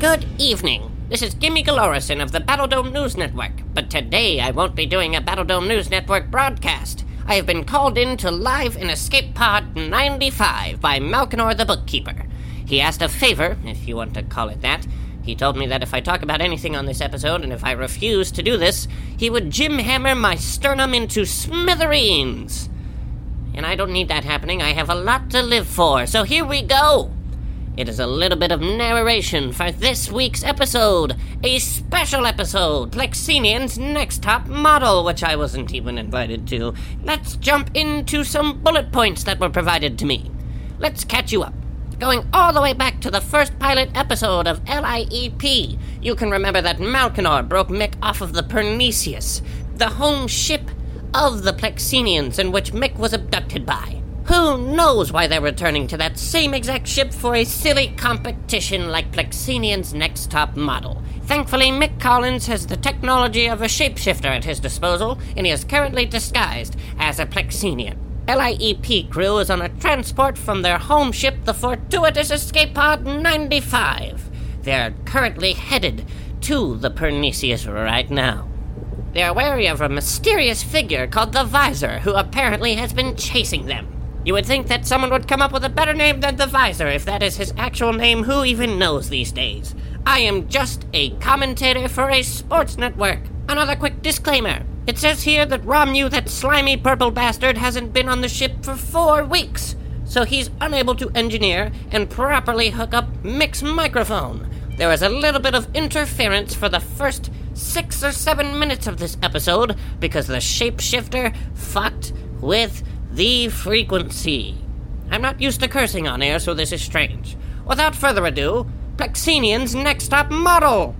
Good evening. This is Gimme Galorison of the Battledome News Network, but today I won't be doing a Battledome News Network broadcast. I have been called in to live in Escape Pod 95 by Malkinor the Bookkeeper. He asked a favor, if you want to call it that. He told me that if I talk about anything on this episode and if I refuse to do this, he would Jim hammer my sternum into smithereens. And I don't need that happening. I have a lot to live for, so here we go. It is a little bit of narration for this week's episode, a special episode, Lexenian's Next Top Model, which I wasn't even invited to. Let's jump into some bullet points that were provided to me. Let's catch you up. Going all the way back to the first pilot episode of LIEP, you can remember that Malkinor broke Mick off of the Pernicious, the home ship of the Plexenians in which Mick was abducted by. Who knows why they're returning to that same exact ship for a silly competition like Plexenian's next top model? Thankfully, Mick Collins has the technology of a shapeshifter at his disposal, and he is currently disguised as a Plexenian. LIEP crew is E on a transport from their home ship, the fortuitous Escape Pod 95. They're currently headed to the Pernicious right now. They are wary of a mysterious figure called the Visor, who apparently has been chasing them. You would think that someone would come up with a better name than the Visor if that is his actual name. Who even knows these days? I am just a commentator for a sports network. Another quick disclaimer. It says here that Rom knew that slimy purple bastard hasn't been on the ship for four weeks, so he's unable to engineer and properly hook up Mick's microphone. There was a little bit of interference for the first six or seven minutes of this episode because the shapeshifter fucked with the frequency. I'm not used to cursing on air, so this is strange. Without further ado, Plexenian's next top model!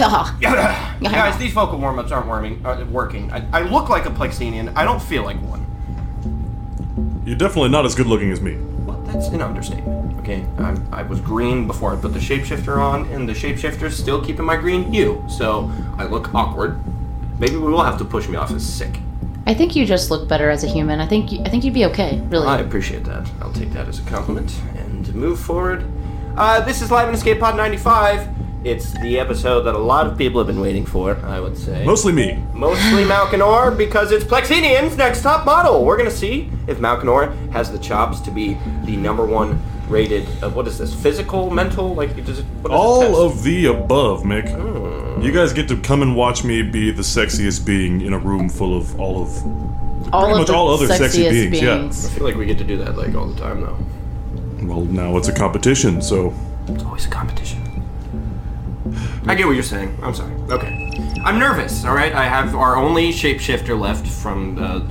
Guys, these vocal warm-ups aren't warming, uh, working. I, I look like a Plexenian. I don't feel like one. You're definitely not as good looking as me. Well, that's an understatement. Okay, I'm, I was green before I put the shapeshifter on, and the shapeshifter's still keeping my green hue, so I look awkward. Maybe we will have to push me off as sick. I think you just look better as a human. I think you, I think you'd be okay, really. I appreciate that. I'll take that as a compliment and move forward. Uh, this is Live in Escape Pod 95. It's the episode that a lot of people have been waiting for, I would say. Mostly me. Mostly Malkinor because it's Plexenian's next top model. We're gonna see if Malkinor has the chops to be the number one rated. Uh, what is this? Physical, mental? Like it does. It, what does it All test? Oh. of the above, Mick. You guys get to come and watch me be the sexiest being in a room full of all of all pretty much all other sexy sexiest beings, yeah. I feel like we get to do that like all the time though. well, now it's a competition, so It's always a competition. I get what you're saying. I'm sorry. Okay. I'm nervous, alright? I have our only shapeshifter left from the.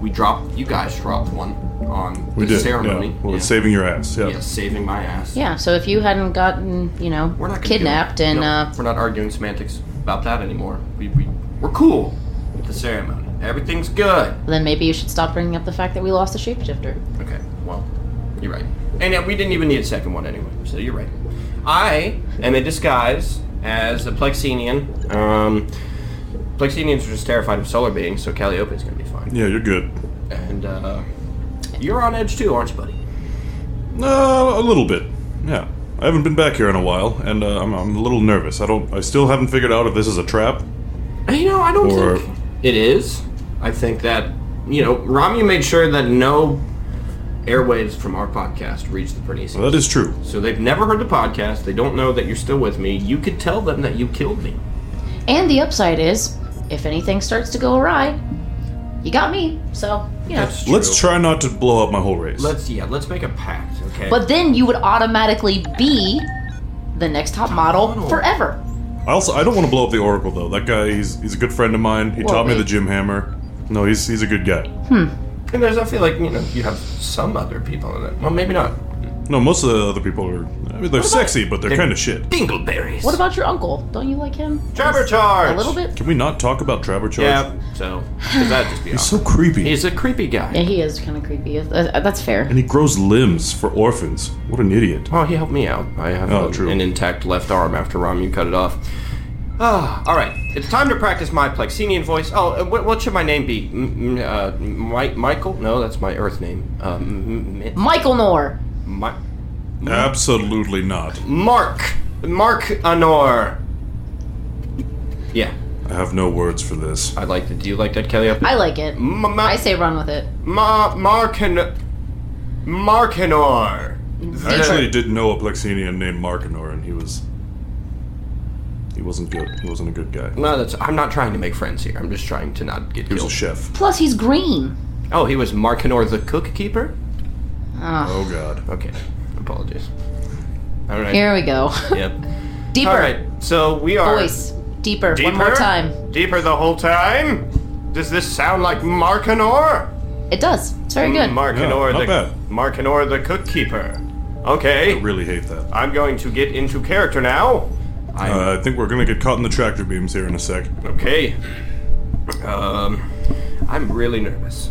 We dropped. You guys dropped one on we the did. ceremony. Yeah. Well, it's Yeah. saving your ass. Yeah. Yeah, saving my ass. Yeah, so if you hadn't gotten, you know, We're not gonna do it. kidnapped and No, uh, we're not arguing semantics about that anymore. We, we we're cool with the ceremony. Everything's good. then maybe you should stop bringing up the fact that we lost a shapeshifter. Okay. Well, you're right. And uh, we didn't even need a second one anyway. So you're right. I am in disguise as a Plexenian. Um, Plexenians are just terrified of solar beings, so Calliope is gonna be fine. Yeah, you're good. And uh, you're on edge too, aren't you, buddy? Uh, a little bit. Yeah. I haven't been back here in a while, and uh, I'm, I'm a little nervous. I don't. I still haven't figured out if this is a trap. You know, I don't Or- think it is. I think that you know, Rami made sure that no airwaves from our podcast reached the Pernicious. That is true. So they've never heard the podcast. They don't know that you're still with me. You could tell them that you killed me. And the upside is, if anything starts to go awry, you got me. So you know. That's Let's try not to blow up my whole race. Let's yeah. Let's make a pact. Okay. But then you would automatically be the next top model model. forever. I also I don't want to blow up the Oracle though. That guy, he's he's a good friend of mine. He Well, taught me wait. the gym hammer. No, he's he's a good guy. Hmm. and there's I feel like you know you have some other people in it. Well, maybe not. No, most of the other people are. I mean, they're sexy, but they're, They're- kind of shit. Dingleberries. What about your uncle? Don't you like him? Jabber charge? A little bit? Can we not talk about Trevor Charge? Yeah. So, because that'd just be He's awkward. so creepy. He's a creepy Yeah, guy. he is kind of creepy. Uh, that's fair. and he grows limbs for orphans. What an idiot. Oh, he helped me out. I have Oh, a- true. an intact left arm after Ramu cut it off. Ah, all right. It's time to practice my Plexenian voice. Oh, uh, what, what should my name be? M- m- uh, Mi- Michael? No, that's my Earth name. Uh, m- m- Michael Knorr. Mi- Absolutely not. Mark. Mark Honor. Yeah, I have no words for this. I like that. Do you like that, Kelly? I like it. M- ma- I say run with it. Ma- Markin- Markinor. I actually did know a Plexenian named Markinor, and he was. He wasn't good. He wasn't a good guy. No, that's. I'm not trying to make friends here. I'm just trying to not get He was a killed. chef. Plus, he's green. oh, he was Markinor the cook keeper. Ah, Oh, God. Okay, apologies. All right. here we go. Yep. Deeper. All right. So we are. Voice. Deeper. Deeper. One more time. Deeper the whole time. Does this sound like Markinor? It does. It's very good. Markinor Yeah, not the bad. Markinor the cook keeper. Okay. I really hate that. I'm going to get into character now. I Uh, I think we're gonna get caught in the tractor beams here in a sec. okay. Um, I'm really nervous.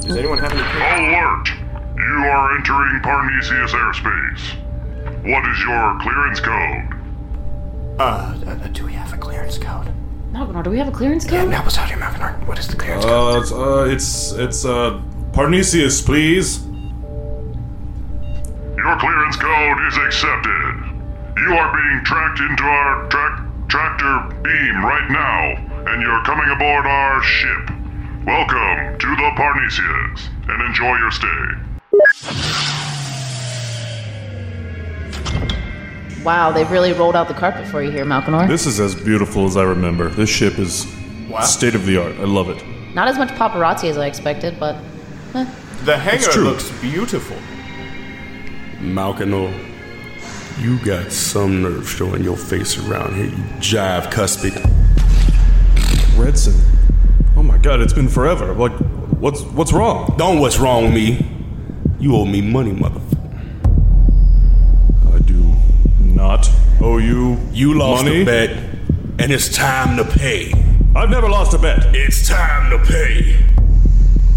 Does anyone have any? char- Alert! You are entering Parnesius airspace. What is your clearance code? Uh, uh, do we have a clearance code? Malkinor, do we have a clearance Yeah, code? now what's out here, Malkinor? What is the clearance code? Uh, it's, uh, it's, it's, uh, Parnesius, please. Your clearance code is accepted. You are being tracked into our track tractor beam right now, and you're coming aboard our ship. Welcome to the Parnesius, and enjoy your stay. Wow, they've really rolled out the carpet for you here, Malkinor. This is as beautiful as I remember. This ship is Wow. state of the art. I love it. Not as much paparazzi as I expected, but eh. The hangar true. looks beautiful. Malkinor, you got some nerve showing your face around here, you jive cuspid. Redson. Oh my god, it's been forever. Like, what's what's wrong? Don't what's wrong with me. You owe me money, motherfucker. I do not owe you. You lost money. a bet, and it's time to pay. I've never lost a bet. It's time to pay.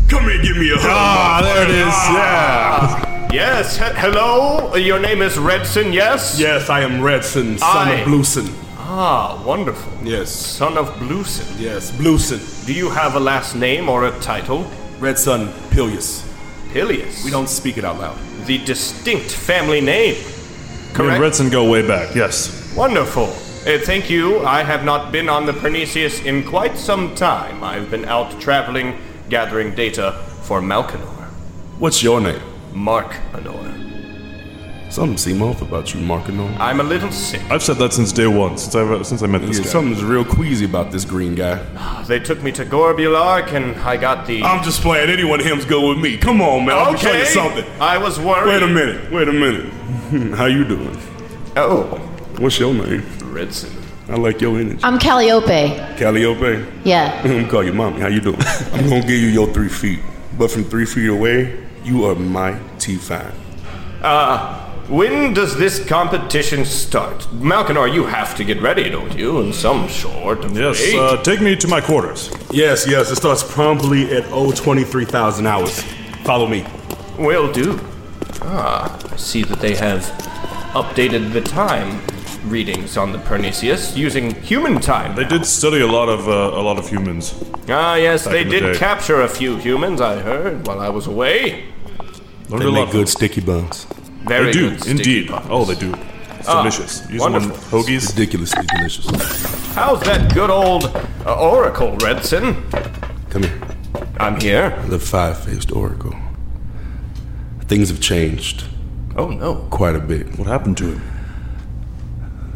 Come here, give me a hug. Ah, there it motherfucker. is. Ah. Yeah. Yes, he- hello. Your name is Redson, yes? Yes, I am Redson, son Aye. of Blueson. Ah, wonderful. Yes, Son of Blueson. yes, Blueson. Do you have a last name or a title? Red son, Pilius. Pilius. We don't speak it out loud. The distinct family name. Me and Correct. Redson go way back. Yes. Wonderful. Uh, thank you. I have not been on the Pernicious in quite some time. I've been out traveling, gathering data for Malkinor. What's your name? Mark Honor. Something seem off about you, Markinor. I'm a little sick. I've said that since day one. Since I have since I met this Yeah, guy. something's real queasy about this green guy. They took me to Gorbulark and I got the. I'm just playing. Anyone of him's good with me. Come on, man. I'm tell you something. I was worried. Wait a minute. Wait a minute. Hmm, How you doing? Oh. What's your name? Redson. I like your energy. I'm Calliope. Calliope. I'm Yeah. gonna call you mommy. How you doing? I'm gonna give you your three feet, but from three feet away, you are my T five. uh, When does this competition start? Malkinor, you have to get ready, don't you? In some sort of Yes. way. Uh, take me to my quarters. Yes, yes. It starts promptly at oh twenty three thousand hours. Follow me. Will do. Ah, I see that they have updated the time readings on the Pernicious using human time. They did study a lot of uh, a lot of humans. ah, yes, they in the did day. capture a few humans, I heard, while I was away. Learned They a make lot. good sticky buns. Very They do good sticky indeed. buns. Oh, they do. It's delicious. Using Ah, wonderful. hoagies. Ridiculously delicious. How's that good old uh, Oracle, Redson? Come here. I'm here. The five faced oracle. Things have changed Oh no. quite a bit. What happened to him?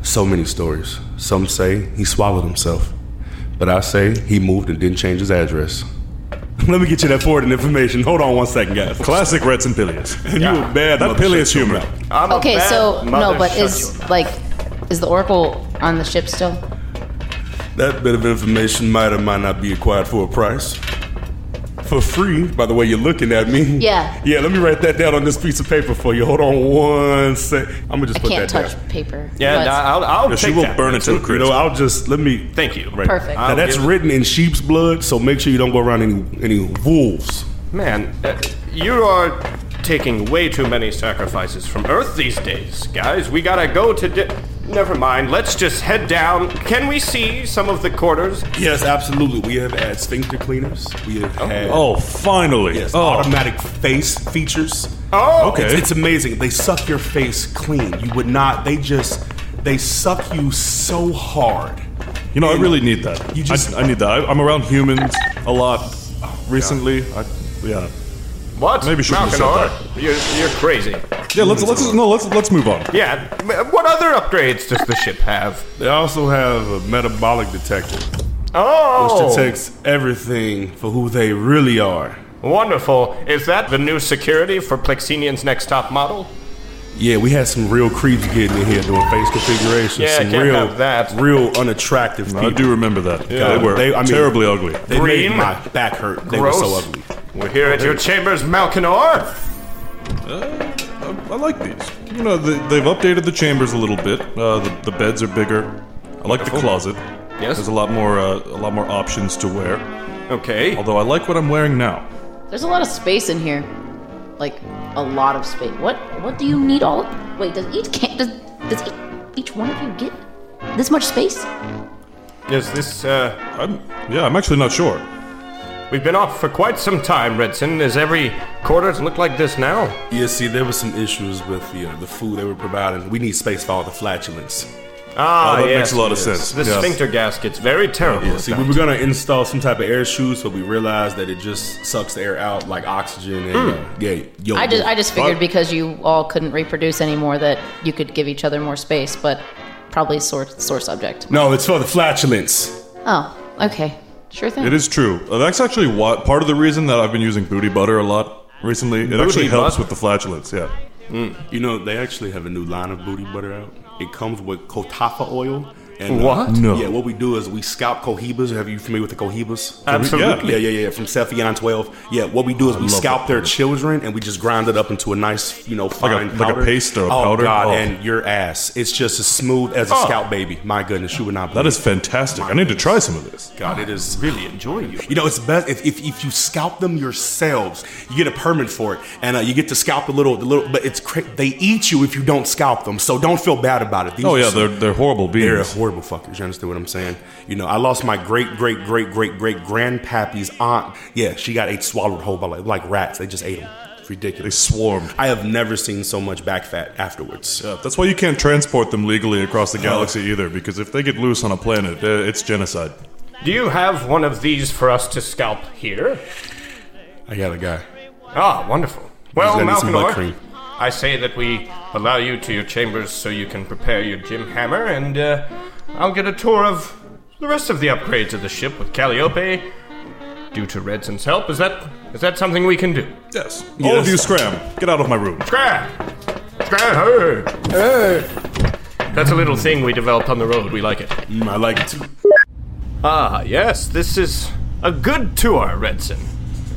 So many stories. Some say he swallowed himself, but I say he moved and didn't change his address. Let me get you that forwarding information. Hold on one second, guys. Classic Redson Pilius. You a bad That mother Pilius shut your humor. mouth. I'm a Okay, bad so no, mother, but shut is your mouth. like, is the Oracle on the ship still? That bit of information might or might not be acquired for a price. for free. By the way, you're looking at me. Yeah. Yeah. Let me write that down on this piece of paper for you. Hold on one sec. I'm gonna just I put can't that touch down. paper. Yeah, But- and I'll, I'll Yeah, she take will that. burn it to a You crisp. know, I'll just let me. Thank you. Right. Perfect. Now that's give- written in sheep's blood, so make sure you don't go around any any wolves. Man, uh, you are taking way too many sacrifices from Earth these days, guys. We gotta go to. Di- Never mind. Let's just head down. Can we see some of the quarters? Yes, absolutely. We have had sphincter cleaners. We have had Oh, finally. yes, oh, automatic face features. Oh, Okay. It's, it's amazing. They suck your face clean. You would not. They just they suck you so hard. you know, I really need that. You just- I, I need that. I, I'm around humans a lot recently. I, yeah. Oh, What? Maybe shouldn't have said Malkinar? You're, you're crazy. Yeah, let's let's no, let's let's move on. Yeah. m- What other upgrades does the ship have? They also have a metabolic detector, Oh, everything for who they really are. wonderful! Is that the new security for Plexenian's next top model? Yeah, we had some real creeps getting in here doing face configurations. Yeah, some can't real, have that. real unattractive people. I do remember that. Yeah. they were They- I mean- terribly ugly. They made Green. my back hurt. They Gross. were so ugly. We're here at your chambers, Malkinor. Uh, I, I like these. You know, they, they've updated the chambers a little bit. Uh, the, the beds are bigger. I like the closet. Yes. There's a lot more uh, a lot more options to wear. Okay. Although I like what I'm wearing now. There's a lot of space in here, like a lot of space. What what do you need all? Wait, does each can does does each, each one of you get this much space? Is this uh? I'm yeah. I'm actually not sure. We've been off for quite some time, Redson. Is every quarter look like this now? Yeah, see, there were some issues with the, uh, the food they were providing. We need space for all the flatulence. Ah, Oh, that yes, makes a lot of yes. sense. The Yes. sphincter gasket's very terrible. Yeah, see, we were gonna install some type of air shoes, but we realized that it just sucks the air out like oxygen. And Hmm. uh, yeah, yo, I just I just Fuck. figured because you all couldn't reproduce anymore that you could give each other more space, but probably sore sore subject. no, it's for the flatulence. Oh, okay, sure thing. It is true. Uh, that's actually what part of the reason that I've been using booty butter a lot recently. It actually helps butter? with the flatulence. Yeah. Mm. You know, they actually have a new line of booty butter out. It comes with kotafa oil. And, uh, What? No. Yeah, what we do is we scalp cohibas. Have you familiar with the cohibas? Absolutely. Yeah, yeah, yeah, yeah. From Cephion 12. Yeah, what we do is we love scalp that. their children and we just grind it up into a nice, you know, a- fine like a powder. paste or a oh, powder? God, Oh. and your ass. It's just as smooth as a Oh. scalp baby. My goodness, you would not believe That is fantastic. I need to try some of this. God, it is. Really enjoy you. You know, it's best if, if, if you scalp them yourselves. You get a permit for it, and uh, you get to scalp the little, the little. But it's cra- they eat you if you don't scalp them, so don't feel bad about it. These Oh are yeah, some- they're they're horrible they're beings. horrible fuckers. You understand what I'm saying? You know, I lost my great, great, great, great, great grandpappy's aunt. Yeah, she got ate swallowed whole by like, like rats. They just ate them. It's They ridiculous. swarm. I have never seen so much back fat afterwards. Yeah, that's why you can't transport them legally across the galaxy either, because if they get loose on a planet, uh, it's genocide. Do you have one of these for us to scalp here? I got a guy. Ah, wonderful. Well, gonna need some butt Malkinor, cream. I say that we allow you to your chambers so you can prepare your gym hammer, and uh, I'll get a tour of the rest of the upgrades of the ship with Calliope. Due to Redson's help, is that is that something we can do? Yes. All of you scram. Get out of my room. Scrap! Scrap! Hey! That's a little thing we developed on the road. We like it. Mm, I like it too. Ah, yes, this is a good tour, Redson.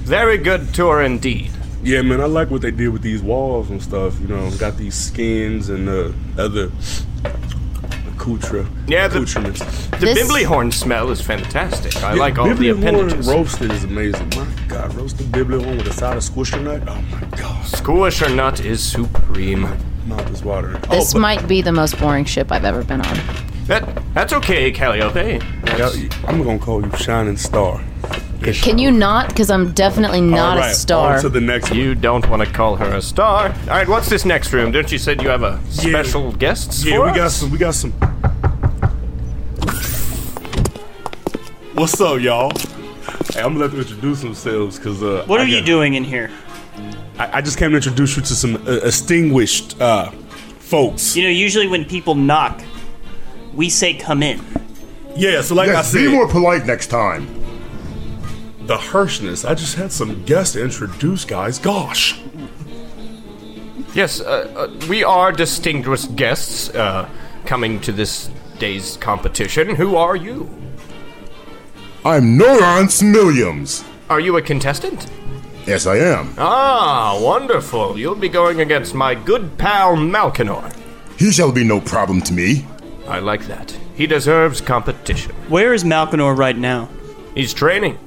Very good tour indeed. Yeah, man, I like what they did with these walls and stuff. You know, got these skins and uh, other accoutre, Yeah, the- accoutrements. The This- Bimbley horn smell is fantastic. I like all Bibley the appendages. Horn roasted is amazing. My God, roasted Bibley horn with a side of squisher nut. Oh my God, Squish or not is supreme. mouth is watering. this oh, but- might be the most boring ship I've ever been on. That that's okay, Calliope. That's- Oh, Yeah, I'm gonna call you Shining Star. Can you not? Because I'm definitely not All right, a star. On to the next one. You don't want to call her a star. All right, what's this next room? Don't you said you have a Yeah. special guests Yeah, for we got us? some. We got some. What's up, y'all? Hey, I'm gonna let them introduce themselves because uh, What I are you got- doing in here? I, I just came to introduce you to some uh, distinguished uh, folks. You know, usually when people knock, we say come in. Yeah, so like I Yes, said, be more polite next time. the harshness. I just had some guests to introduce, guys. Gosh. Yes, uh, uh, we are distinguished guests uh, coming to this day's competition. Who are you? I'm Noron Smilliams. Are you a contestant? Yes, I am. Ah, wonderful. You'll be going against my good pal Malkinor. He shall be no problem to me. I like that. He deserves competition. Where is Malkinor right now? He's training.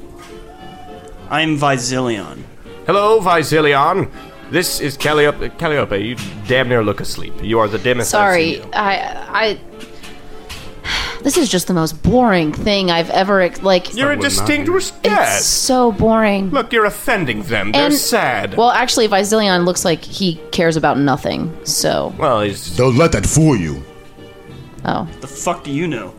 I'm Visilion. Hello, Visilion. This is Calliope. Calliope, you damn near look asleep. You are the dimmest. I've seen Sorry, you. I, I. This is just the most boring thing I've ever ex- like. You're a would not be. distinguished it's guest. so boring. Look, you're offending them. They're And- sad. Well, actually, Visilion looks like he cares about nothing. So, well, he's Don't let that fool you. oh, The fuck do you know?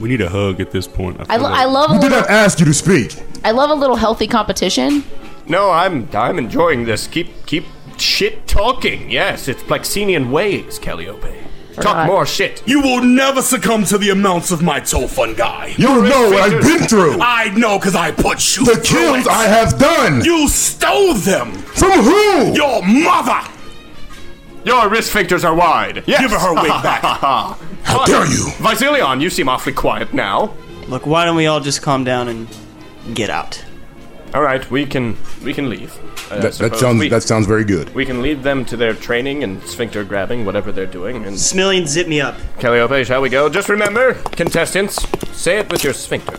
We need a hug at this point. I, feel lo- like. I love a Did little, not ask you to speak. I love a little healthy competition. no. I'm I'm enjoying this. Keep keep shit talking. Yes, it's Plexenian ways, Calliope. Talk Forgot. more shit. You will never succumb to the amounts of my Tofun guy. You don't know what I've been through. I know because I put you The through kills it. I have done. You stole them. From who? Your mother. Your wrist sphincters are wide. Yes. Give her her wig back. How dare you? Visilion, Ah. you seem awfully quiet now. Look, why don't we all just calm down and get out? All right, we can we can leave. Uh, I That, that suppose. sounds we, that sounds very good. we can lead them to their training and sphincter grabbing, whatever they're doing. And Smillion, zip me up. Calliope, shall we go? Just remember, contestants, say it with your sphincter.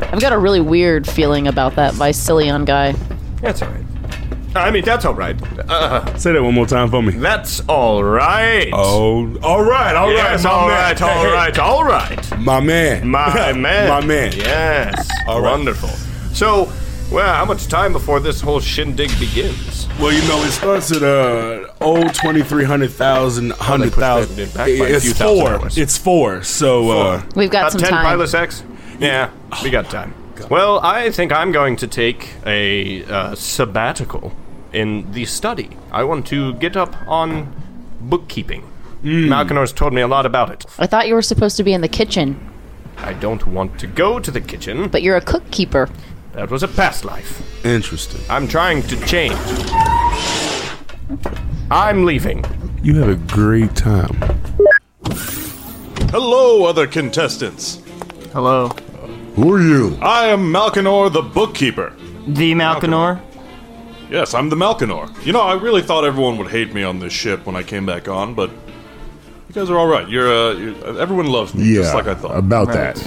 I've got a really weird feeling about that Visilion guy. That's all right. I mean, that's all right. Uh, Say that one more time for me. that's all right. Oh, all right, all right, yes, my all man. right, all Hey, hey. right, all right. my man. My man. My man. Yes. All right. Wonderful. So, well, how much time before this whole shindig begins? Well, you know, it starts at uh, old 2,300,000, that 100,000. back by a few It's thousand four. hours. It's four. So, uh, We've got About some 10 time. pile of sex? Yeah, we got time. Well, I think I'm going to take a uh, sabbatical in the study. I want to get up on bookkeeping. Hmm. Malkinor's told me a lot about it. I thought you were supposed to be in the kitchen, I don't want to go to the kitchen. but you're a cook keeper. That was a past life. interesting. I'm trying to change. I'm leaving. You have a great time. Hello, other contestants. Hello. Who are you? I am Malkinor the Bookkeeper. The Malkinor? Yes, I'm the Malkinor. You know, I really thought everyone would hate me on this ship when I came back on, but you guys are all right. You're, uh, you're everyone loves me, Yeah, just like I thought. about that.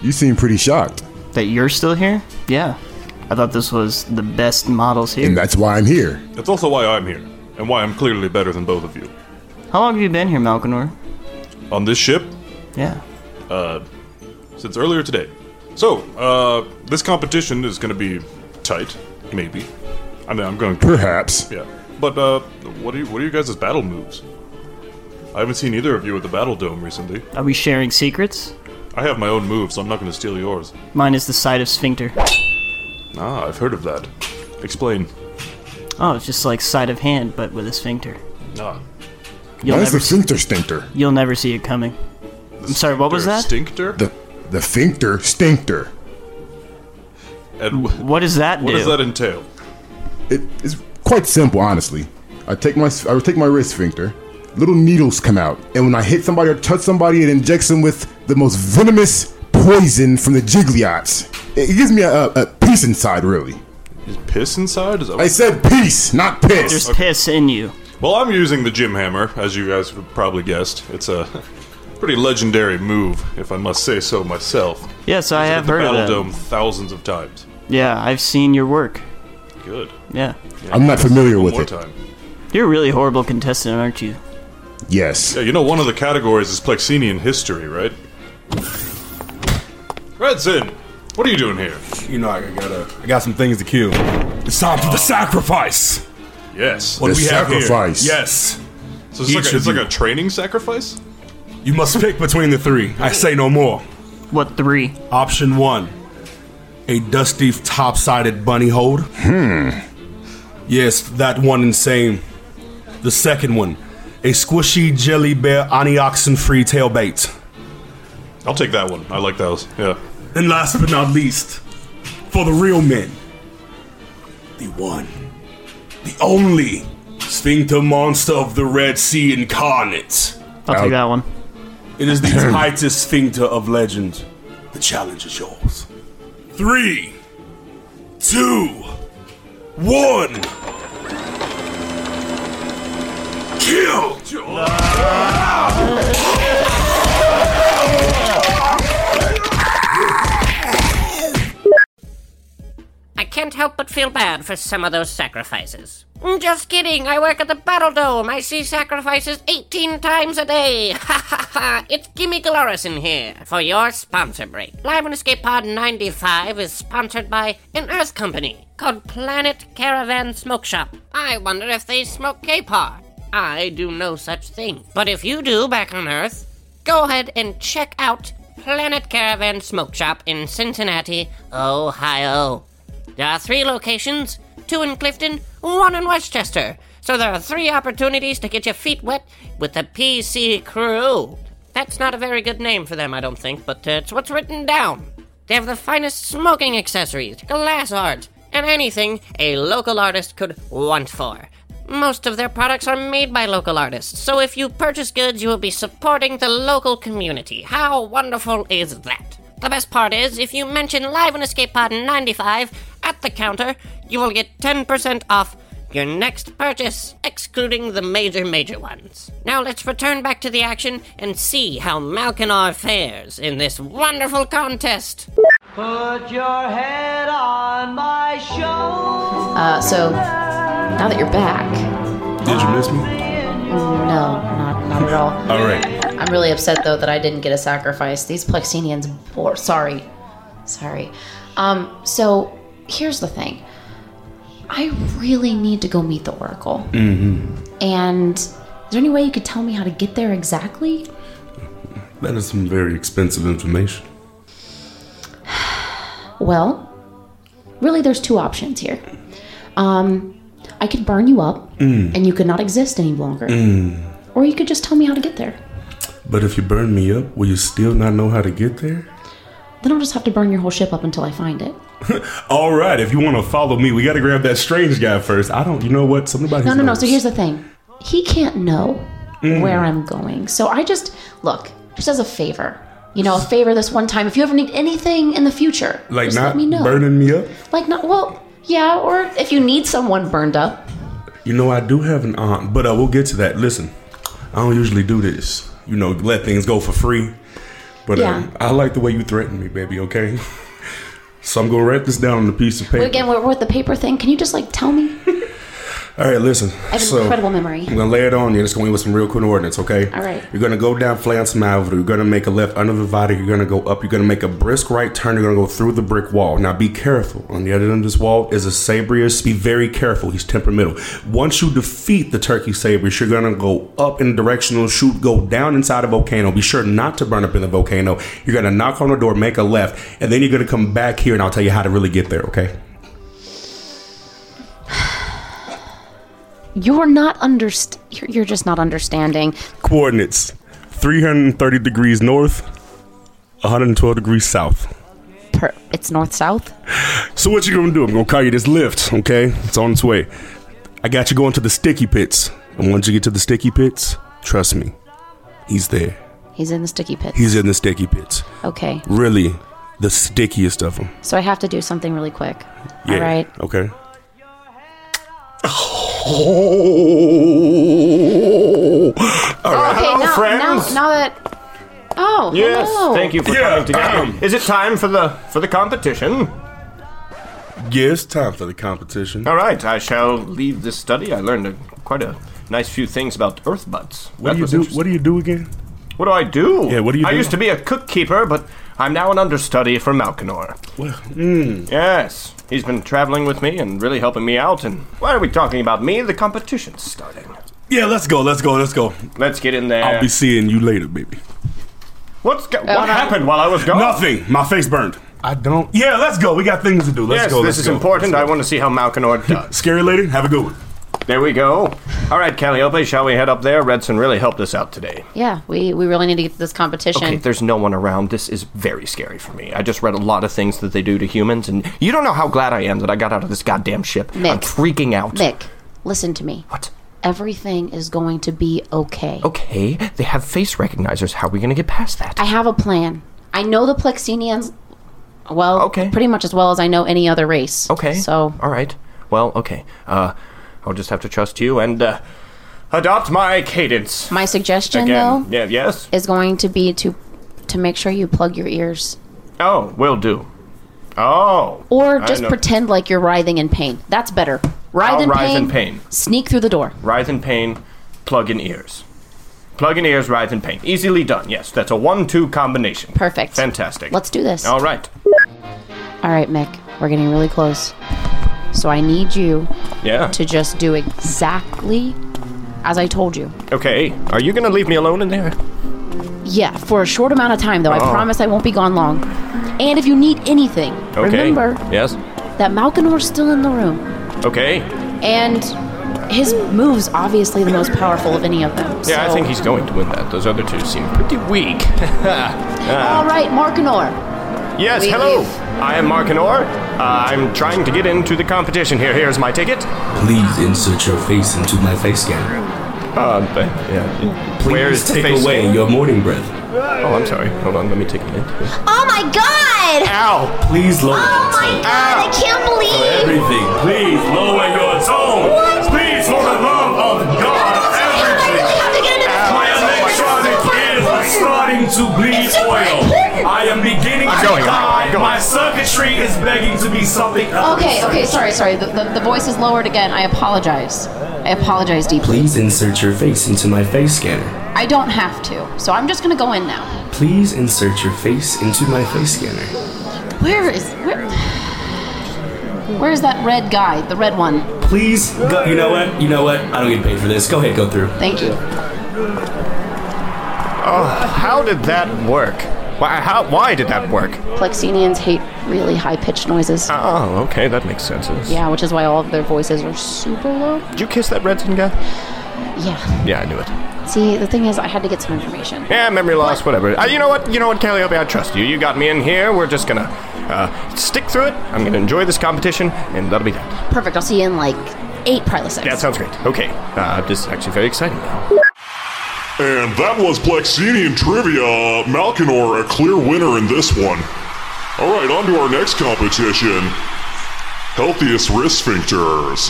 You seem pretty shocked, That you're still here? Yeah. I thought this was the best models here. and that's why I'm here. That's also why I'm here, and why I'm clearly better than both of you. How long have you been here, Malkinor? On this ship, Yeah. Uh, since earlier today. So, uh, this competition is going to be tight, maybe. I mean, I'm going to Perhaps. Yeah, but uh, what are you, what are you guys' battle moves? I haven't seen either of you at the battle dome recently. Are we sharing secrets? I have my own moves, so I'm not going to steal yours. Mine is the sight of sphincter. Ah, I've heard of that. Explain. Oh, it's just like sight of hand, but with a sphincter. Ah, You'll Why is never, see, the sphincter stincter? you'll never see it coming. I'm sorry, what was that? Stinctor. The the sphincter stincter. and wh- What does that what do? does that entail? It, it's quite simple, honestly. I take my I would take my wrist sphincter. Little needles come out, and when I hit somebody or touch somebody, it injects them with the most venomous poison from the Jigliots. It gives me a, a, a peace inside, really. Is piss inside? Is that I what- said peace, not There's piss. piss in you. well, I'm using the gym hammer, as you guys have probably guessed. It's a pretty legendary move, if I must say so myself. Yes, I Used it have at the heard of battle that. dome thousands of times. Yeah, I've seen your work. Good. Yeah. I'm not familiar One with more it. time. You're a really horrible contestant, aren't you? Yes. Yeah, you know, one of the categories is Plexenian history, right? Redzin, what are you doing here? You know, I got I got some things to kill. It's time for the sacrifice. Yes. What The do we have here? sacrifice. Yes. so it's, like each a, it's of like you. a training sacrifice? You must pick between the three. I say no more. What three? Option one, a dusty top-sided bunny hold. Hmm. Yes, that one insane. The second one, a squishy jelly bear antioxidant-free tail bait. I'll take that one. I like those. Yeah. And last but not least, for the real men, the one, the only sphincter monster of the Red Sea incarnate. I'll take that one. It is the tightest sphincter of legend. The challenge is yours. Three, two, one. Kill! I can't help but feel bad for some of those sacrifices. Mm, Just kidding, I work at the Battle Dome. I see sacrifices 18 times a day. Ha ha ha! It's Gimme Gloris in here for your sponsor break. Live and Escape Pod 95 is sponsored by an Earth company called Planet Caravan Smoke Shop. I wonder if they smoke K-Pod. I do no such thing. But if you do back on Earth, go ahead and check out Planet Caravan Smoke Shop in Cincinnati, Ohio. There are three locations two in Clifton, one in Westchester. So there are three opportunities to get your feet wet with the PC crew. That's not a very good name for them, I don't think, but uh, it's what's written down. They have the finest smoking accessories, glass art, and anything a local artist could want for. Most of their products are made by local artists, so if you purchase goods, you will be supporting the local community. How wonderful is that? The best part is, if you mention Live and Escape Pod 95 at the counter, you will get 10% off your next purchase, excluding the major, major ones. Now let's return back to the action and see how Malkinar fares in this wonderful contest. Uh, so now that you're back, Did you miss me? no, not not at all. All right. I'm really upset though that I didn't get a sacrifice. These Plexenians bore. Sorry, sorry. Um, so here's the thing. I really need to go meet the Oracle. Mm-hmm. And is there any way you could tell me how to get there exactly? That is some very expensive information. Well, really, there's two options here. Um, I could burn you up, Mm. and you could not exist any longer, or you could just tell me how to get there. But if you burn me up, will you still not know how to get there? Then I'll just have to burn your whole ship up until I find it. All right, if you want to follow me, we got to grab that strange guy first. I don't, you know what? Something about No, his no, no. nose. So here's the thing. He can't know Mm. where I'm going. So I just look, just as a favor. You know, a favor this one time. If you ever need anything in the future, like just not let me know. burning me up. Like not well, yeah, or if you need someone burned up. You know, I do have an aunt, but uh, we'll get to that. Listen, I don't usually do this. You know, let things go for free. But Yeah. um, I like the way you threaten me, baby. Okay. so I'm gonna write this down on a piece of paper. Again, we're with the paper thing. Can you just like tell me? All right, listen. I have an so incredible memory. I'm gonna lay it on you. It's gonna be with some real coordinates, okay? All right. You're gonna go down Flanson Avenue. You're gonna make a left under Vivada. You're gonna go up. You're gonna make a brisk right turn. You're gonna go through the brick wall. Now be careful. On the other end of this wall is a Sabrius. Be very careful. He's temperamental. Once you defeat the Turkey Sabrius, you're gonna go up in a directional shoot. Go down inside a volcano. Be sure not to burn up in the volcano. You're gonna knock on the door, make a left, and then you're gonna come back here, and I'll tell you how to really get there, okay? You're not underst. You're, you're just not understanding. coordinates 330 degrees north 112 degrees south Per- it's north south. so what you gonna do i'm gonna call you this lift okay it's on its way i got you going to the sticky pits and once you get to the sticky pits trust me he's there He's in the sticky pit. he's in the sticky pits Okay, really the stickiest of them so I have to do something really quick. All right. okay Oh All right. Okay, Hello, now, friends. now, now that. Oh, Yes, hello. thank you for Yeah, coming together. ahem. Is it time for the for the competition? Yeah, it's time for the competition. All right, I shall leave this study. I learned a, quite a nice few things about earth butts. What do you do? What do you do again? What do I do? Yeah, what do you I do? used to be a cook keeper, but I'm now an understudy for Malkinor. Hmm. Yes, he's been traveling with me and really helping me out. And why are we talking about me? The competition's starting. Yeah, let's go. Let's go. Let's go. Let's get in there. I'll be seeing you later, baby. What's go- no. what happened while I was gone? Nothing. My face burned. I don't. Yeah, let's go. We got things to do. Let's Yes, go. this let's is go. important. I Let's go. want to see how Malkinor does. Scary lady, have a good one. there we go. All right, Calliope, shall we head up there? Redson really helped us out today. Yeah, we, we really need to get to this competition. Okay, there's no one around. This is very scary for me. I just read a lot of things that they do to humans, and you don't know how glad I am that I got out of this goddamn ship. I'm Mick. freaking out. Mick, listen to me. What? Everything is going to be okay. Okay, they have face recognizers. How are we gonna get past that? I have a plan. I know the Plexenians. well, Okay. pretty much as well as I know any other race. Okay. So All right. Well, okay. Uh, I'll just have to trust you and uh, adopt my cadence my suggestion again. though Yeah. Yes. is going to be to to make sure you plug your ears Oh, will do. Oh. or I just know. pretend like you're writhing in pain. That's better. Writhe I'll in writhe pain. in pain. Sneak through the door. Writhe in pain. Plug in ears. Plug in ears. Writhe in pain. Easily done. Yes. That's a one-two combination. Perfect. Fantastic. Let's do this. All right. All right, Mick. We're getting really close. So I need you Yeah. to just do exactly as I told you. Okay. Are you gonna leave me alone in there? Yeah, for a short amount of time, though. I Oh. promise I won't be gone long. And if you need anything, Okay. remember Yes. that Malkinor's still in the room. Okay. And his move's obviously the most powerful of any of them. Yeah, I so- think he's going to win that. Those other two seem pretty weak. Uh, All right, Malkinor. Yes, We hello. leave. I am Markinor. Uh, I'm trying to get into the competition here. Here's my ticket. Please insert your face into my face scanner. Oh, Uh, but, yeah. Please Where is the take face away scanner? your morning breath. Oh, I'm sorry. Hold on. Let me take a minute. Oh my god! Ow! Please lower Oh my god, I can't believe! everything. Please lower your tone. Please, for the love of How do I God, really everything. have to get into this My electronic ears are starting to bleed It's a oil. button. I am beginning I'm to going, I'm die. going. My circuitry is begging to be something else. Okay, okay, sorry, sorry. The, the, the voice is lowered again. I apologize. I apologize deeply. Please insert your face into my face scanner. I don't have to, so I'm just gonna go in now. Please insert your face into my face scanner. Where is where? Where is that red guy? The red one. Please go. You know what? You know what? I don't get paid for this. Go ahead, go through. Thank you. Oh, How did that work? Why, how, why did that work? Plexenians hate really high pitched noises. Oh, okay. That makes sense. Yeah, which is why all of their voices are super low. Did you kiss that red skin guy? Yeah. Yeah, I knew it. See, the thing is, I had to get some information. Yeah, memory loss, whatever. Uh, you know what? You know what, Calliope? I trust you. You got me in here. We're just gonna uh, stick through it. I'm gonna enjoy this competition, and that'll be that. Perfect. I'll see you in like eight Prilosec. That sounds great. Okay. Uh, this is actually very exciting now. And that was Plexenian Trivia. Malkinor, a clear winner in this one. All right, on to our next competition Healthiest Wrist Sphincters.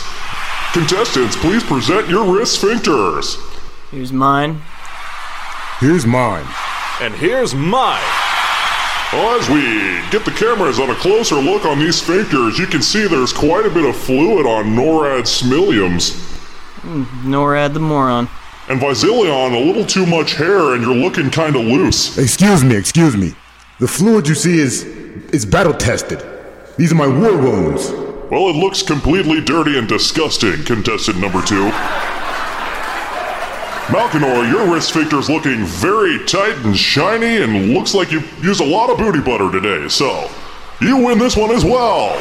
Contestants, please present your wrist sphincters. Here's mine. Here's mine. And here's my. As we get the cameras on a closer look on these sphincters, you can see there's quite a bit of fluid on NORAD smileums. Hmm, NORAD the moron. And Visilion, a little too much hair, and you're looking kind of loose. Excuse me, excuse me. The fluid you see is is battle tested. These are my war wounds. Well, it looks completely dirty and disgusting, contestant number two. Malkinor, your wrist sphincter's looking very tight and shiny, and looks like you used a lot of booty butter today, so you win this one as well.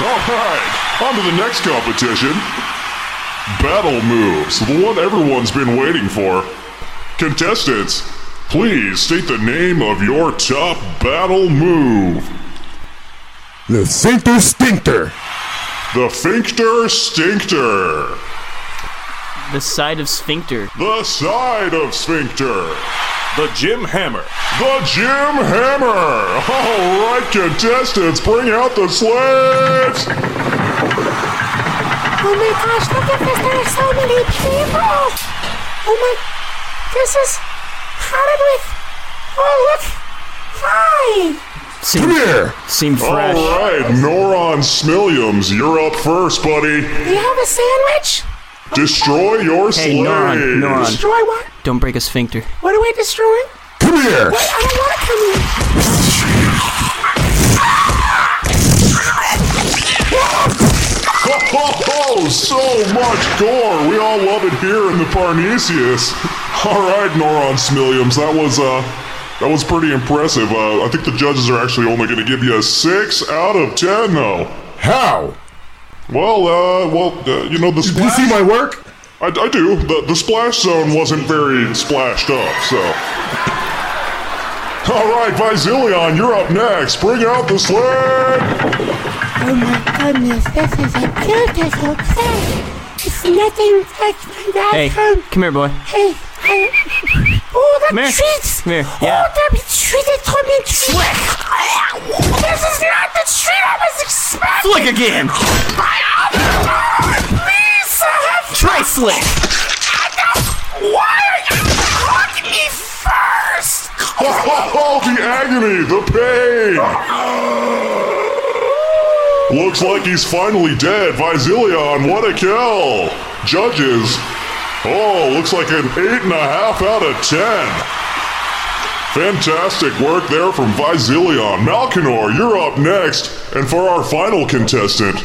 All right, on to the next competition Battle Moves, the one everyone's been waiting for. Contestants, please state the name of your top battle move. The Sphincter Stincter. The Finkter Stinkter. The side of sphincter. The side of Sphincter. The Jim Hammer. The Jim Hammer. All right, contestants, bring out the slaves. Oh my gosh, look at this, there are so many people! Oh my, this is crowded with, oh look, hi! Seem, Here. seem All fresh. right, Noron Smilliams, you're up first, buddy. Do you have a sandwich? Destroy your Hey, slaves. Noron, Noron, Destroy what? don't break a sphincter. What am I destroying? Come here. I don't want to come in. Oh, so much gore. We all love it here in the Parnesius. All right, Noron Smilliams, that was uh, that was pretty impressive. Uh, I think the judges are actually only going to give you a six out of ten, though. How? Well, uh, well, uh, you know the Do you splash. see my work? I, I do. The the splash zone wasn't very splashed up, so. All right, Visilion, you're up next. Bring out the sled. Oh my goodness, this is a beautiful place. It's nothing like my Hey, bathroom. come here, boy. Hey, I, Oh, that Come here. treat! Come here. Oh, Yeah. that treat is coming sweat! This is not the treat I was expecting! Flick again. My other please! I have Try flick. Why are you hug me first? Ho ho ho! The agony, the pain. Looks like he's finally dead. Visilion, what a kill! Judges, oh, looks like an eight and a half out of ten. Fantastic work there from Visilion. Malkinor, you're up next, and for our final contestant,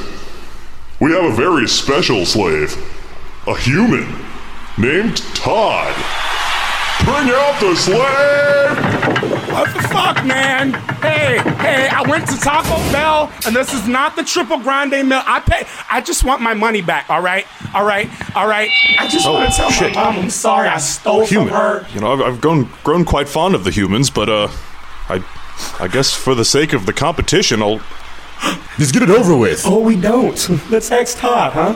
we have a very special slave, a human named Todd. Bring out the slave! What the fuck, man? Hey, hey, I went to Taco Bell, and this is not the triple grande meal. I pay. I just want my money back. All right, all right, all right. I just Oh, want to tell shit. my mom I'm sorry. I stole Oh, Human. from her. You know, I've, I've grown grown quite fond of the humans, but uh, I, I guess for the sake of the competition, I'll just get it over with. Oh, we don't. Let's ask Todd, huh?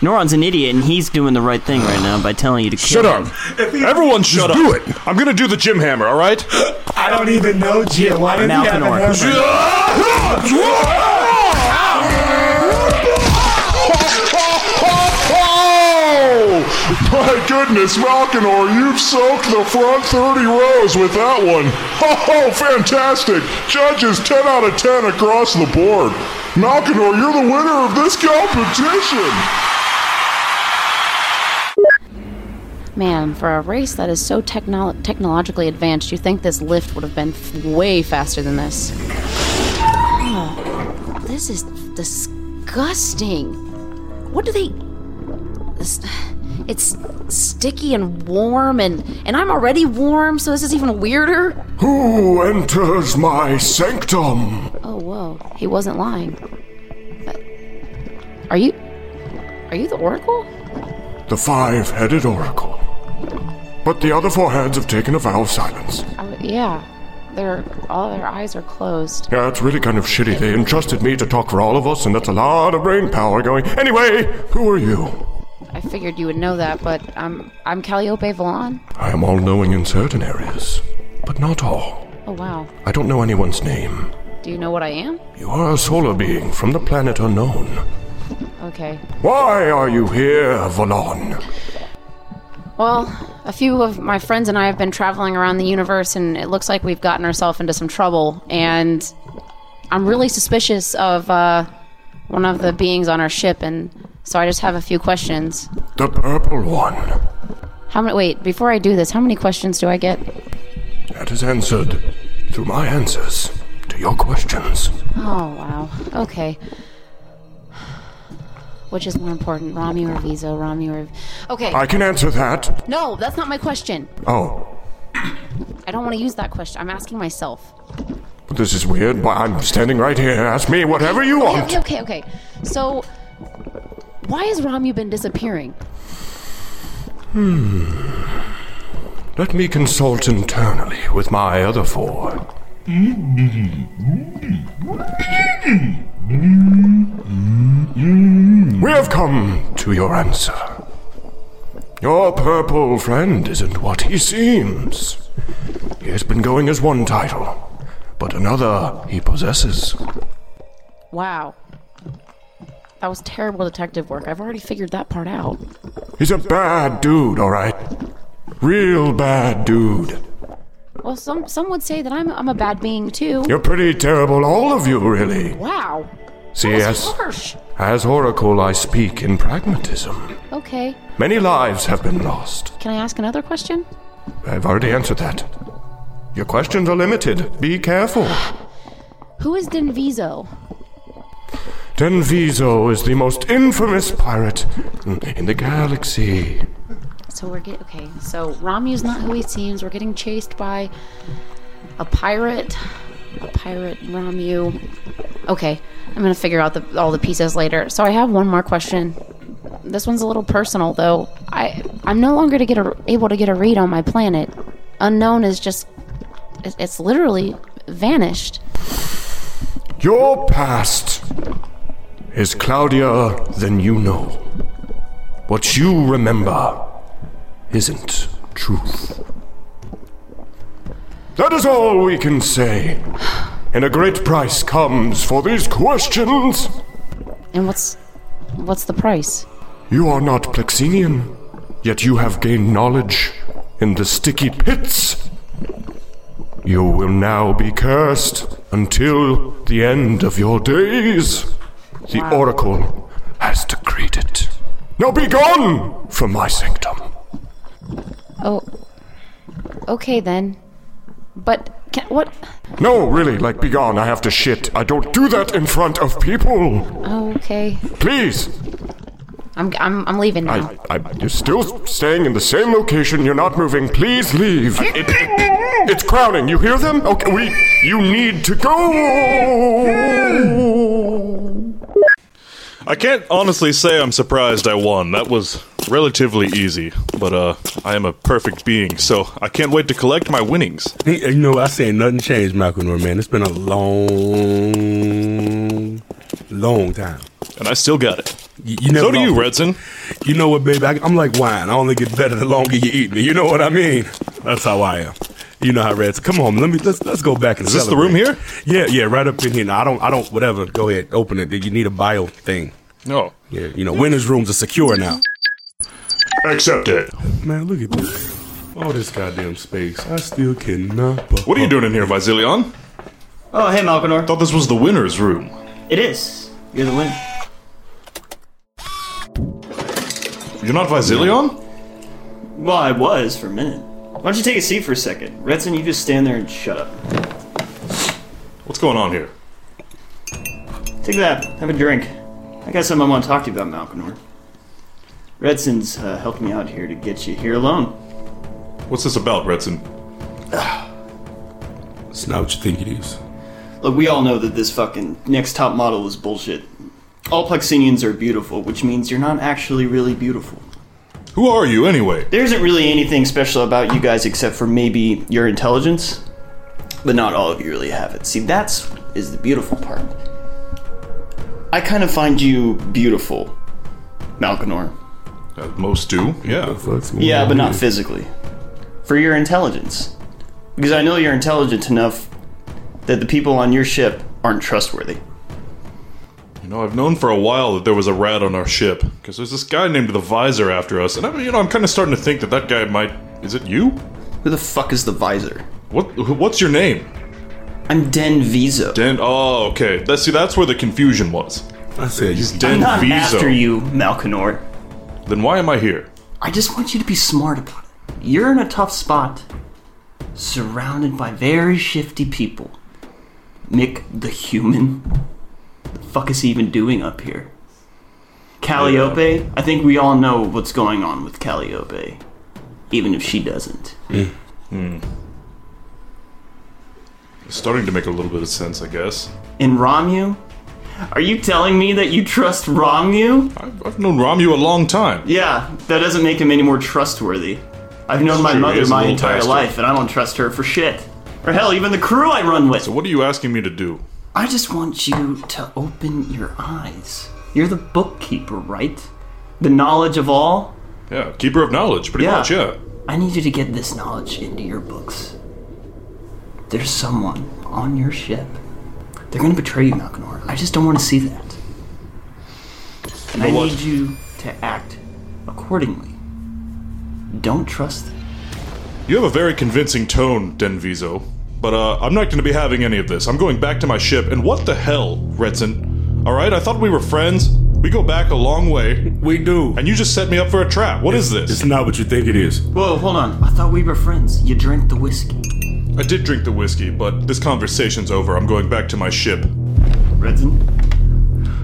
Neuron's an idiot, and he's doing the right thing right now by telling you to kill Shut him. up. Oh, Everyone, shut do up! it. I'm gonna do the gym hammer. All right. I don't even know Jim. Why did he have Malkinor. a hammer? Oh! My goodness, Malkinor, you've soaked the front 30 rows with that one. Oh, fantastic! Judges 10 out of 10 across the board. Malkinor, you're the winner of this competition! Man, for a race that is so technolo- technologically advanced, you think this lift would have been f- way faster than this. Oh, this is disgusting. What do they. This, it's sticky and warm, and, and I'm already warm, so this is even weirder. Who enters my sanctum? Oh, whoa. He wasn't lying. Uh, Are you. Are you the Oracle? The five headed oracle. But the other four hands have taken a vow of silence. Oh, yeah. Their, all their eyes are closed. Yeah, it's really kind of shitty. They entrusted me to talk for all of us, and that's a lot of brain power going. Anyway, who are you? I figured you would know that, but I'm I'm Calliope Vallon. I am all knowing in certain areas, but not all. Oh wow. I don't know anyone's name. Do you know what I am? You are a solar being from the planet unknown. Okay. Why are you here, Valon? Well, a few of my friends and I have been traveling around the universe and it looks like we've gotten ourselves into some trouble and I'm really suspicious of uh, one of the beings on our ship and so I just have a few questions. The purple one. How many wait, before I do this, how many questions do I get? That is answered through my answers to your questions. Oh wow. Okay. Which is more important, Rami or Viso? Rami or Okay. I can answer that. no, that's not my question. Oh, I don't want to use that question. I'm asking myself. but this is weird. Why I'm standing right here. Ask me whatever you Okay, want. okay, okay, okay. So, why has Ramu been disappearing? Hmm. Let me consult internally with my other four. We have come to your answer. Your purple friend isn't what he seems. He has been going as one title, but another he possesses. Wow. That was terrible detective work. I've already figured that part out. He's a bad dude, all right? Real bad dude. Well, some some would say that I'm I'm a bad being too. You're pretty terrible, all of you, really. Wow. See, That's as, harsh. as Oracle, I speak in pragmatism. Okay. Many lives have been lost. Can I ask another question? I've already answered that. Your questions are limited. Be careful. Who is Denviso? Denviso is the most infamous pirate in the galaxy. So we're getting okay. So Ramu's not who he seems. We're getting chased by a pirate, a pirate Ramu. Okay, I'm gonna figure out the, all the pieces later. So I have one more question. This one's a little personal though. I I'm no longer to get a, able to get a read on my planet. Unknown is just it- it's literally vanished. Your past is cloudier than you know. What you remember isn't truth. That is all we can say. And a great price comes for these questions. And what's what's the price? You are not Plexenian, yet you have gained knowledge in the sticky Mm-hmm. pits. You will now be cursed until the end of your days. The oracle has decreed it. Now be gone from my sanctum. Oh, okay then. But can, what? No, really, like be gone. I have to shit. I don't do that in front of people. Oh, okay. Please. I'm I'm I'm leaving now. I, I, you're still staying in the same location. You're not moving. Please leave. It- it- it's crowning. You hear them? Okay, we. You need to go. I can't honestly say I'm surprised I won. That was relatively easy, but uh, I am a perfect being, so I can't wait to collect my winnings. You know, what? I say nothing changed, Malcolm, man. It's been a long, long time. And I still got it. You never so do you, lost. Redson. You know what, baby? I, I'm like wine. I only get better the longer you eat me. You know what I mean? That's how I am. You know how Reds. Come on, let me let's let's go back and. Is this the celebrate. room here? Yeah, yeah, right up in here. No, I don't, I don't. Whatever. Go ahead, open it. You need a bio thing. No. Yeah, you know, winners' rooms are secure now. Accept it. Man, look at this. All this goddamn space. I still cannot. bu- What are you doing in here, Visilion? Oh, hey, Malkinor. Thought this was the winner's room. It is. You're the winner. You're not Visilion? Well, I was for a minute. Why don't you take a seat for a second? Redson, you just stand there and shut up. What's going on here? Take that. Have a drink. I got something I want to talk to you about, Malkinor. Redson's uh, helped me out here to get you here alone. What's this about, Redson? It's not what you think it is. Look, we all know that this fucking next top model is bullshit. All Plexenians are beautiful, which means you're not actually really beautiful. Who are you, anyway? There isn't really anything special about you guys except for maybe your intelligence, but not all of you really have it. See, that's is the beautiful part. I kind of find you beautiful, Malkinor. Uh, most do, yeah. Yeah, but not physically. For your intelligence. Because I know you're intelligent enough that the people on your ship aren't trustworthy. You know, I've known for a while that there was a rat on our ship because there's this guy named the Visor after us, and I, you know, I'm kind of starting to think that that guy might. Is it you? Who the fuck is the Visor? What? who- What's your name? I'm Den Viso. Den. Oh, okay. That's see, that's where the confusion was. I said he's I'm Den not Viso. after you, Malkinor. Then why am I here? I just want you to be smart about it. You're in a tough spot, surrounded by very shifty people. Mick the human. The fuck is he even doing up here? Calliope? I think we all know what's going on with Calliope, even if she doesn't. Hmm. It's starting to make a little bit of sense, I guess. And Romu? Are you telling me that you trust Romu? I've, I've known Romu a long time. Yeah, that doesn't make him any more trustworthy. I've known It's my true, he mother is a my little entire bastard. life, and I don't trust her for shit. Or hell, even the crew I run with. So what are you asking me to do? I just want you to open your eyes. You're the bookkeeper, right? The knowledge of all? Yeah, keeper of knowledge, pretty much. Yeah. I need you to get this knowledge into your books. There's someone on your ship. They're gonna betray you, Malkinor. I just don't want to see that. And You know I what? need you to act accordingly. Don't trust them. You have a very convincing tone, Denviso. But uh, I'm not going to be having any of this. I'm going back to my ship. And what the hell, Redson? All right, I thought we were friends. We go back a long way. We do. And you just set me up for a trap. What is this? It's not what you think it is. Whoa, hold on. I thought we were friends. You drank the whiskey. I did drink the whiskey, but this conversation's over. I'm going back to my ship. Redson,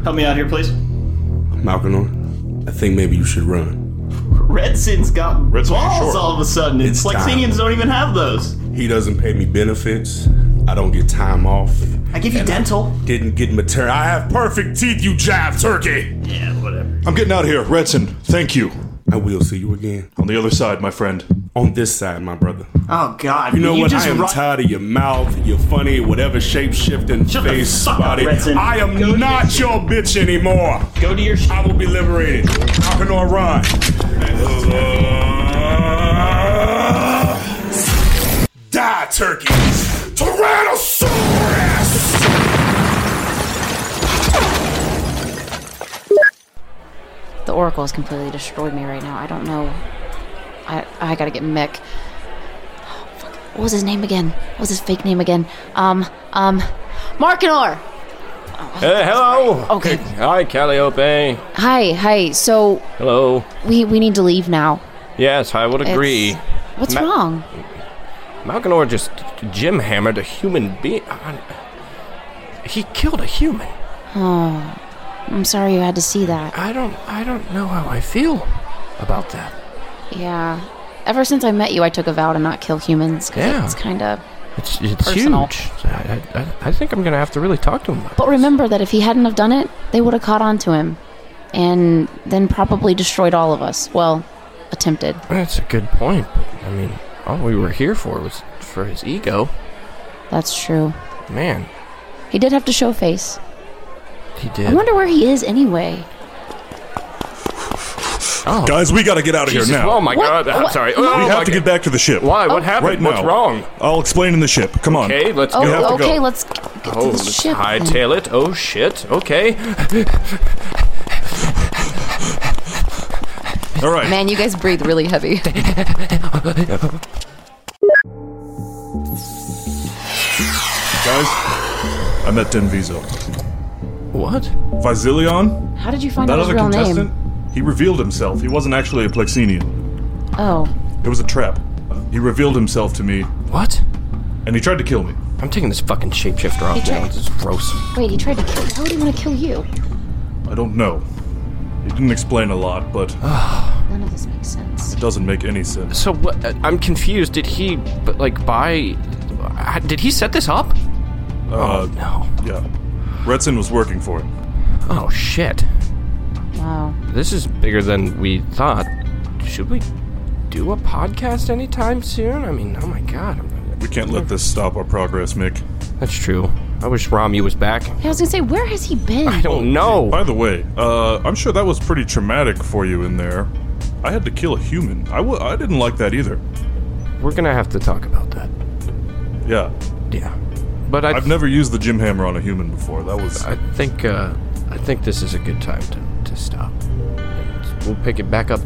help me out here, please. Malkinor, I think maybe you should run. Redson's got balls short. all of a sudden. It's, It's like time. Senians don't even have those. He doesn't pay me benefits. I don't get time off. I give you dental. Didn't get maternal. I have perfect teeth, you jive turkey. Yeah, whatever. I'm getting out of here, Redson. Thank you. I will see you again. On the other side, my friend. On this side, my brother. Oh God! You know what? Just I am ru- tired of your mouth, your funny, whatever shape shifting Shut the face, fuck up, body. Redson. I am Go to not your bitch anymore. Go to your. Sh- I will be liberated. Malkinor, run. Die, turkey. Tyrannosaurus! The Oracle has completely destroyed me right now. I don't know. I I gotta get Mick. fuck. What was his name again? What was his fake name again? Um, um, Markinor! Hey, Uh, hello. Okay. Hi, Calliope. Hi, hi. So, Hello. we, we need to leave now. Yes, I would agree. What's Ma- wrong? Malkinor just gym hammered a human being. He killed a human. Oh, I'm sorry you had to see that. I don't, I don't know how I feel about that. Yeah. Ever since I met you, I took a vow to not kill humans. 'cause Yeah. It's kind of. It's, it's Personal. huge. I, I- I, I think I'm gonna have to really talk to him. But remember that if he hadn't have done it, they would have caught on to him, and then probably destroyed all of us. Well, attempted. That's a good point. But, I mean, all we were here for was for his ego. That's true. Man, He did have to show face. he I did. wonder where he is anyway. Guys, we gotta get out of Oh. Jesus, here now. Oh my god, I'm What? sorry. We Oh, my have to God. get back to the ship. Why? What happened? Right now. What's wrong? I'll explain in the ship. Come on. Okay, let's Oh, go. okay, let's. Oh, let's hightail it. Oh shit. Okay. All right. Man, you guys breathe really heavy. Guys, I met Denvizo. What? Vasilion? How did you find that out his other real contestant? name? He revealed himself. He wasn't actually a Plexenian. Oh, It was a trap. He revealed himself to me. What? And he tried to kill me. I'm taking this fucking shapeshifter He off now. tried- This is gross. wait, he tried to kill. How would he want to kill you? I don't know. He didn't explain a lot, but None of this makes sense. it doesn't make any sense. So what? uh, I'm confused. Did he but, like buy? uh, Did he set this up? Uh, Oh, no. Yeah. Retson was working for him. Oh shit. Wow. This is bigger than we thought. Should we do a podcast anytime soon? I mean, oh my god. We can't let this stop our progress, Mick. That's true. I wish Rami was back. Oh, Yeah, I was gonna say, where has he been? I don't know. By the way, uh, I'm sure that was pretty traumatic for you in there. I had to kill a human. I w- I didn't like that either. We're gonna have to talk about that. Yeah. Yeah. But I have never used the gym hammer on a human before. That was. I think uh, I think this is a good time to, to stop. And we'll pick it back up.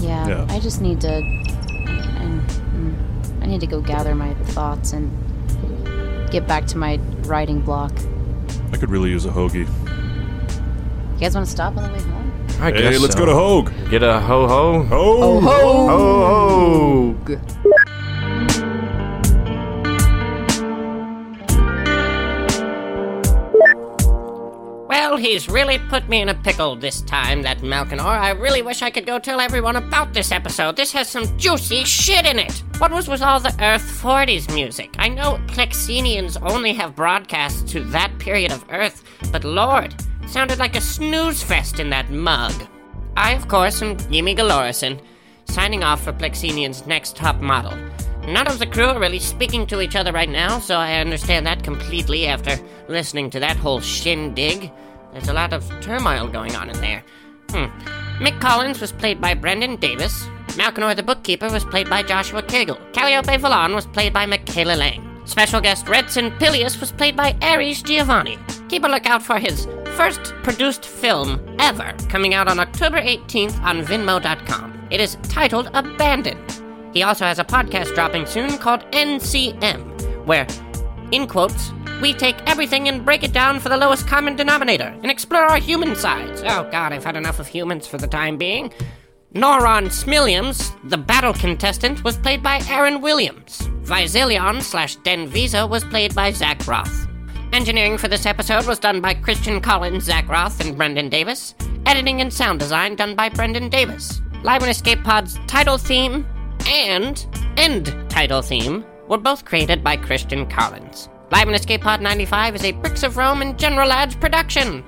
Yeah, Yeah. I just need to. And, mm, I need to go gather my thoughts and get back to my writing block. I could really use a hoagie. You guys want to stop on the way home? I Hey, guess let's so. go to Hogue. Get a ho ho. Ho ho. Ho ho. Well, he's really put me in a pickle this time, that Malkinor. I really wish I could go tell everyone about this episode. This has some juicy shit in it. What was with all the Earth 40s music? I know Plexenians only have broadcasts to that period of Earth, but Lord, it sounded like a snooze fest in that mug. I, of course, am Yimi Galorison, signing off for Plexenian's next top model. None of the crew are really speaking to each other right now, so I understand that completely after listening to that whole shindig. There's a lot of turmoil going on in there. Hmm. Mick Collins was played by Brendan Davis. Malkinor the Bookkeeper was played by Joshua Cagle. Calliope Vallon was played by Michaela Lang. Special guest Redson Pilius was played by Ares Giovanni. Keep a lookout for his first produced film ever, coming out on October 18th on Vinmo.com. It is titled Abandoned. He also has a podcast dropping soon called NCM, where, in quotes, we take everything and break it down for the lowest common denominator and explore our human sides. Oh god, I've had enough of humans for the time being. Noron Smilliams, the battle contestant, was played by Aaron Williams. Visilion slash Denvisa was played by Zach Roth. Engineering for this episode was done by Christian Collins, Zach Roth, and Brendan Davis. Editing and sound design done by Brendan Davis. Live and Escape Pod's title theme and end title theme were both created by Christian Collins. Live and Escape Pod 95 is a Bricks of Rome and General Ads production.